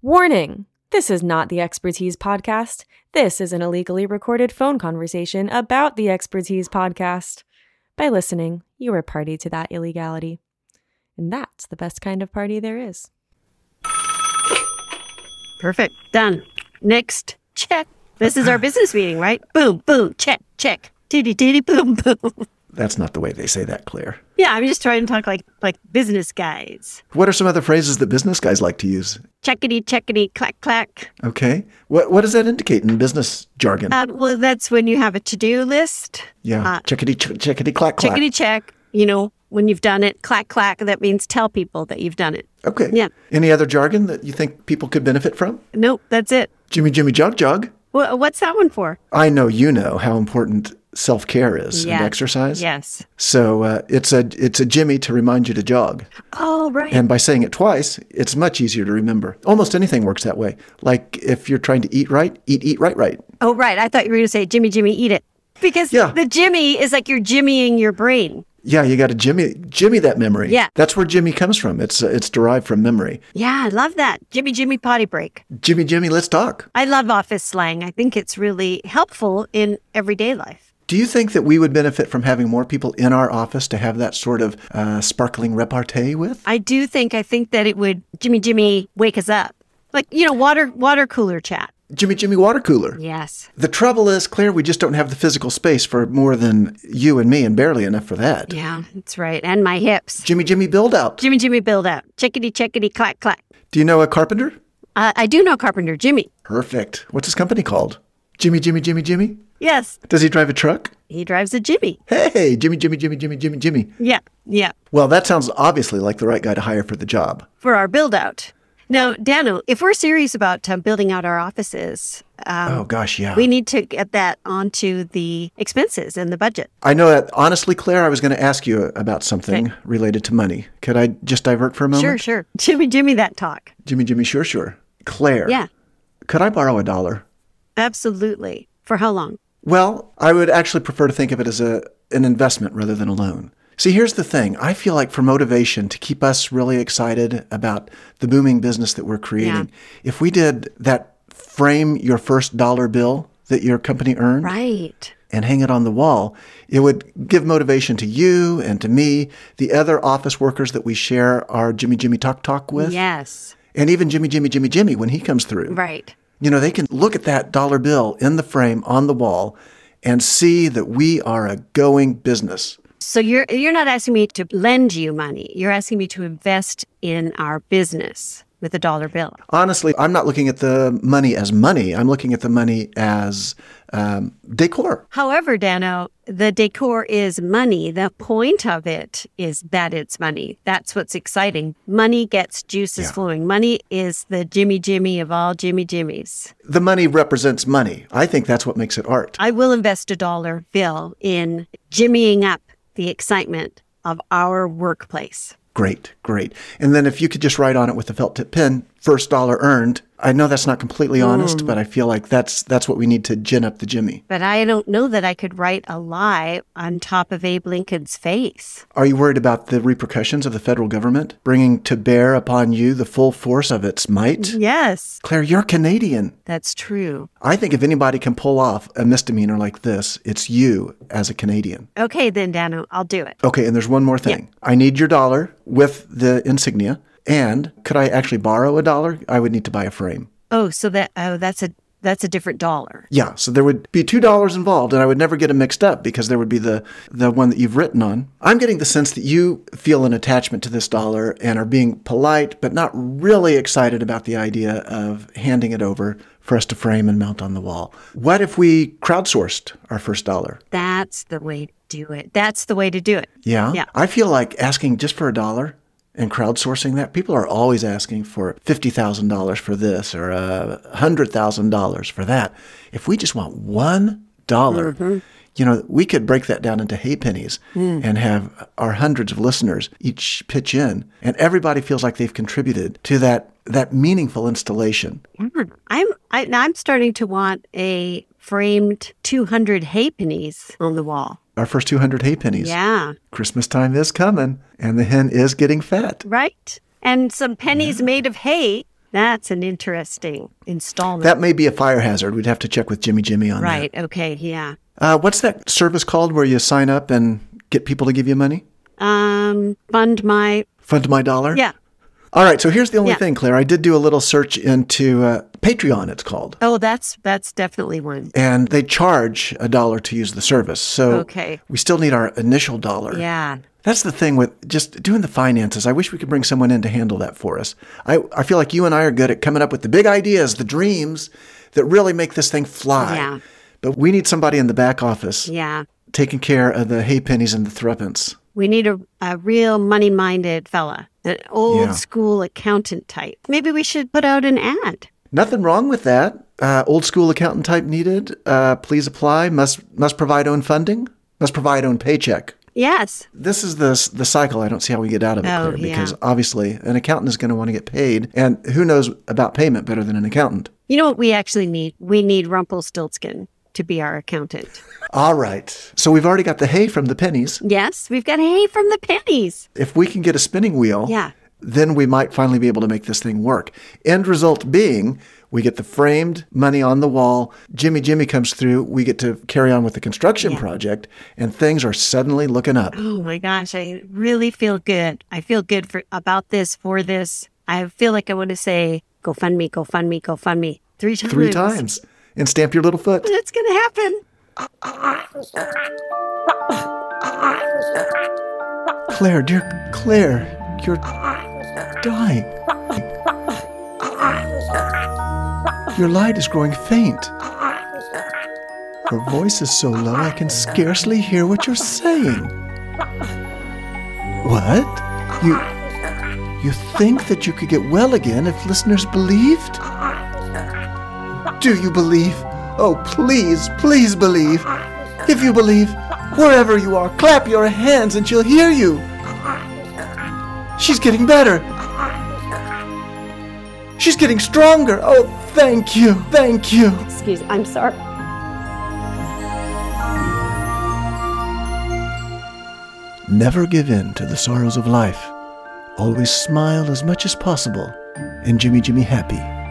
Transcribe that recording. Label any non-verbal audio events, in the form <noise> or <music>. Warning! This is not the Expertise Podcast. This is an illegally recorded phone conversation about the Expertise Podcast. By listening, you are party to that illegality. And that's the best kind of party there is. Perfect. Done. Next. Check. This is our business meeting, right? Boom, boom, check, check. Titty, titty, boom, boom. <laughs> That's not the way they say that, Claire. Yeah, I'm just trying to talk like like business guys. What are some other phrases that business guys like to use? Checkity, checkity, clack, clack. Okay. What what does that indicate in business jargon? Uh, well, that's when you have a to-do list. yeah. uh, checkity ch- checkity clack clack. Checkity, check. You know, when you've done it, clack, clack. That means tell people that you've done it. okay. yeah. Any other jargon that you think people could benefit from? Nope, that's it. Jimmy Jimmy Jog Jog. Wha what's that one for? I know you know how important self-care is and Yeah. exercise. Yes. So uh, it's a it's a Jimmy to remind you to jog. Oh, right. And by saying it twice, it's much easier to remember. Almost anything works that way. Like if you're trying to eat right, eat eat right right. oh, right. I thought you were going to say, Jimmy, Jimmy, eat it. Because Yeah. the Jimmy is like you're jimmying your brain. Yeah, you got to Jimmy Jimmy that memory. Yeah. that's where Jimmy comes from. It's uh, it's derived from memory. Yeah, I love that. Jimmy, Jimmy, potty break. Jimmy Jimmy, let's talk. I love office slang. I think it's really helpful in everyday life. Do you think that we would benefit from having more people in our office to have that sort of uh, sparkling repartee with? I do think I think that it would Jimmy Jimmy wake us up. Like, you know, water water cooler chat. Jimmy Jimmy water cooler. Yes. The trouble is, Claire, we just don't have the physical space for more than you and me, and barely enough for that. Yeah, that's right. And my hips. Jimmy Jimmy build out. Jimmy Jimmy build out. Chickity chickity clack clack. Do you know a carpenter? Uh, I do know Carpenter Jimmy. Perfect. What's his company called? Jimmy Jimmy Jimmy Jimmy. Yes. Does he drive a truck? He drives a Jimmy. Hey, Jimmy Jimmy Jimmy Jimmy Jimmy Jimmy. Yeah. Yeah. Well, that sounds obviously like the right guy to hire for the job. For our build out. Now, Dano, if we're serious about um, building out our offices, um, Oh gosh, yeah. we need to get that onto the expenses and the budget. I know that honestly, Claire, I was going to ask you about something related to money. Could I just divert for a moment? Sure, sure. <laughs> Jimmy, Jimmy, that talk. Jimmy, Jimmy, sure, sure. Claire, Yeah, could I borrow a dollar? absolutely. For how long? Well, I would actually prefer to think of it as a an investment rather than a loan. See, here's the thing. I feel like for motivation to keep us really excited about the booming business that we're creating, if we did that frame your first dollar bill that your company earned, Right. and hang it on the wall, it would give motivation to you and to me, the other office workers that we share our Jimmy Jimmy Talk Talk with, Yes. and even Jimmy Jimmy Jimmy Jimmy when he comes through. Right. You know, they can look at that dollar bill in the frame on the wall and see that we are a going business. So you're you're not asking me to lend you money. You're asking me to invest in our business with a dollar bill. Honestly, I'm not looking at the money as money. I'm looking at the money as um, decor. However, Dano, the decor is money. The point of it is that it's money. That's what's exciting. Money gets juices flowing. Money is the Jimmy Jimmy of all Jimmy Jimmies. The money represents money. I think that's what makes it art. I will invest a dollar bill in jimmying up the excitement of our workplace. Great, great. And then if you could just write on it with a felt tip pen, first dollar earned. I know that's not completely honest, but I feel like that's that's what we need to gin up the Jimmy. But I don't know that I could write a lie on top of Abe Lincoln's face. Are you worried about the repercussions of the federal government bringing to bear upon you the full force of its might? Yes, Claire, you're Canadian. that's true. I think if anybody can pull off a misdemeanor like this, it's you as a Canadian. Okay, then, Dano, I'll do it. Okay, and there's one more thing. I need your dollar with the insignia. And could I actually borrow a dollar? I would need to buy a frame. Oh, so that oh, that's a that's a different dollar. Yeah, so there would be two dollars involved, and I would never get them mixed up because there would be the the one that you've written on. I'm getting the sense that you feel an attachment to this dollar and are being polite, but not really excited about the idea of handing it over for us to frame and mount on the wall. What if we crowdsourced our first dollar? That's the way to do it. That's the way to do it. Yeah, Yeah. I feel like asking just for a dollar and crowdsourcing that. People are always asking for fifty thousand dollars for this or a hundred thousand dollars for that. If we just want one dollar, Mm-hmm. you know, we could break that down into hay pennies Mm. and have our hundreds of listeners each pitch in, and everybody feels like they've contributed to that that meaningful installation. Yeah. I'm I, now I'm starting to want a framed 200 halfpennies on the wall. Our first two hundred hay pennies. Yeah. Christmas time is coming, and the hen is getting fat. right? And some pennies made of hay That's an interesting installment. That may be a fire hazard. We'd have to check with Jimmy Jimmy on right. Okay. Yeah. that. Uh, what's that service called where you sign up and get people to give you money? Um, fund my. Fund my dollar? Yeah. All right. So here's the only Yeah. thing, Claire. I did do a little search into uh, Patreon, it's called. Oh, that's that's definitely one. And they charge a dollar to use the service. So Okay. we still need our initial dollar. Yeah. That's the thing with just doing the finances. I wish we could bring someone in to handle that for us. I, I feel like you and I are good at coming up with the big ideas, the dreams that really make this thing fly. Yeah. But we need somebody in the back office Yeah. taking care of the hay pennies and the threepence. We need a, a real money minded fella, an old Yeah. school accountant type. Maybe we should put out an ad. Nothing wrong with that. Uh, old school accountant type needed. Uh, please apply. Must must provide own funding. Must provide own paycheck. Yes. This is the the cycle. I don't see how we get out of it, Oh, Claire, yeah. because obviously an accountant is going to want to get paid, and who knows about payment better than an accountant. You know what we actually need? We need Rumpelstiltskin to be our accountant. All right. So we've already got the hay from the pennies. Yes, we've got hay from the pennies. If we can get a spinning wheel, Yeah. then we might finally be able to make this thing work. End result being we get the framed money on the wall. Jimmy Jimmy comes through. We get to carry on with the construction project, and things are suddenly looking up. Oh my gosh, I really feel good. I feel good for about this, for this. I feel like I want to say, go fund me, go fund me, go fund me three times. Three times. And stamp your little foot. It's going to happen. Claire, dear Claire, you're dying. Your light is growing faint. Your voice is so low I can scarcely hear what you're saying. What? You you think that you could get well again if listeners believed? Do you believe? Oh, please, please believe. If you believe, wherever you are, clap your hands and she'll hear you. She's getting better. She's getting stronger. Oh, thank you. Thank you. Excuse I'm sorry. Never give in to the sorrows of life. Always smile as much as possible and Jimmy Jimmy happy.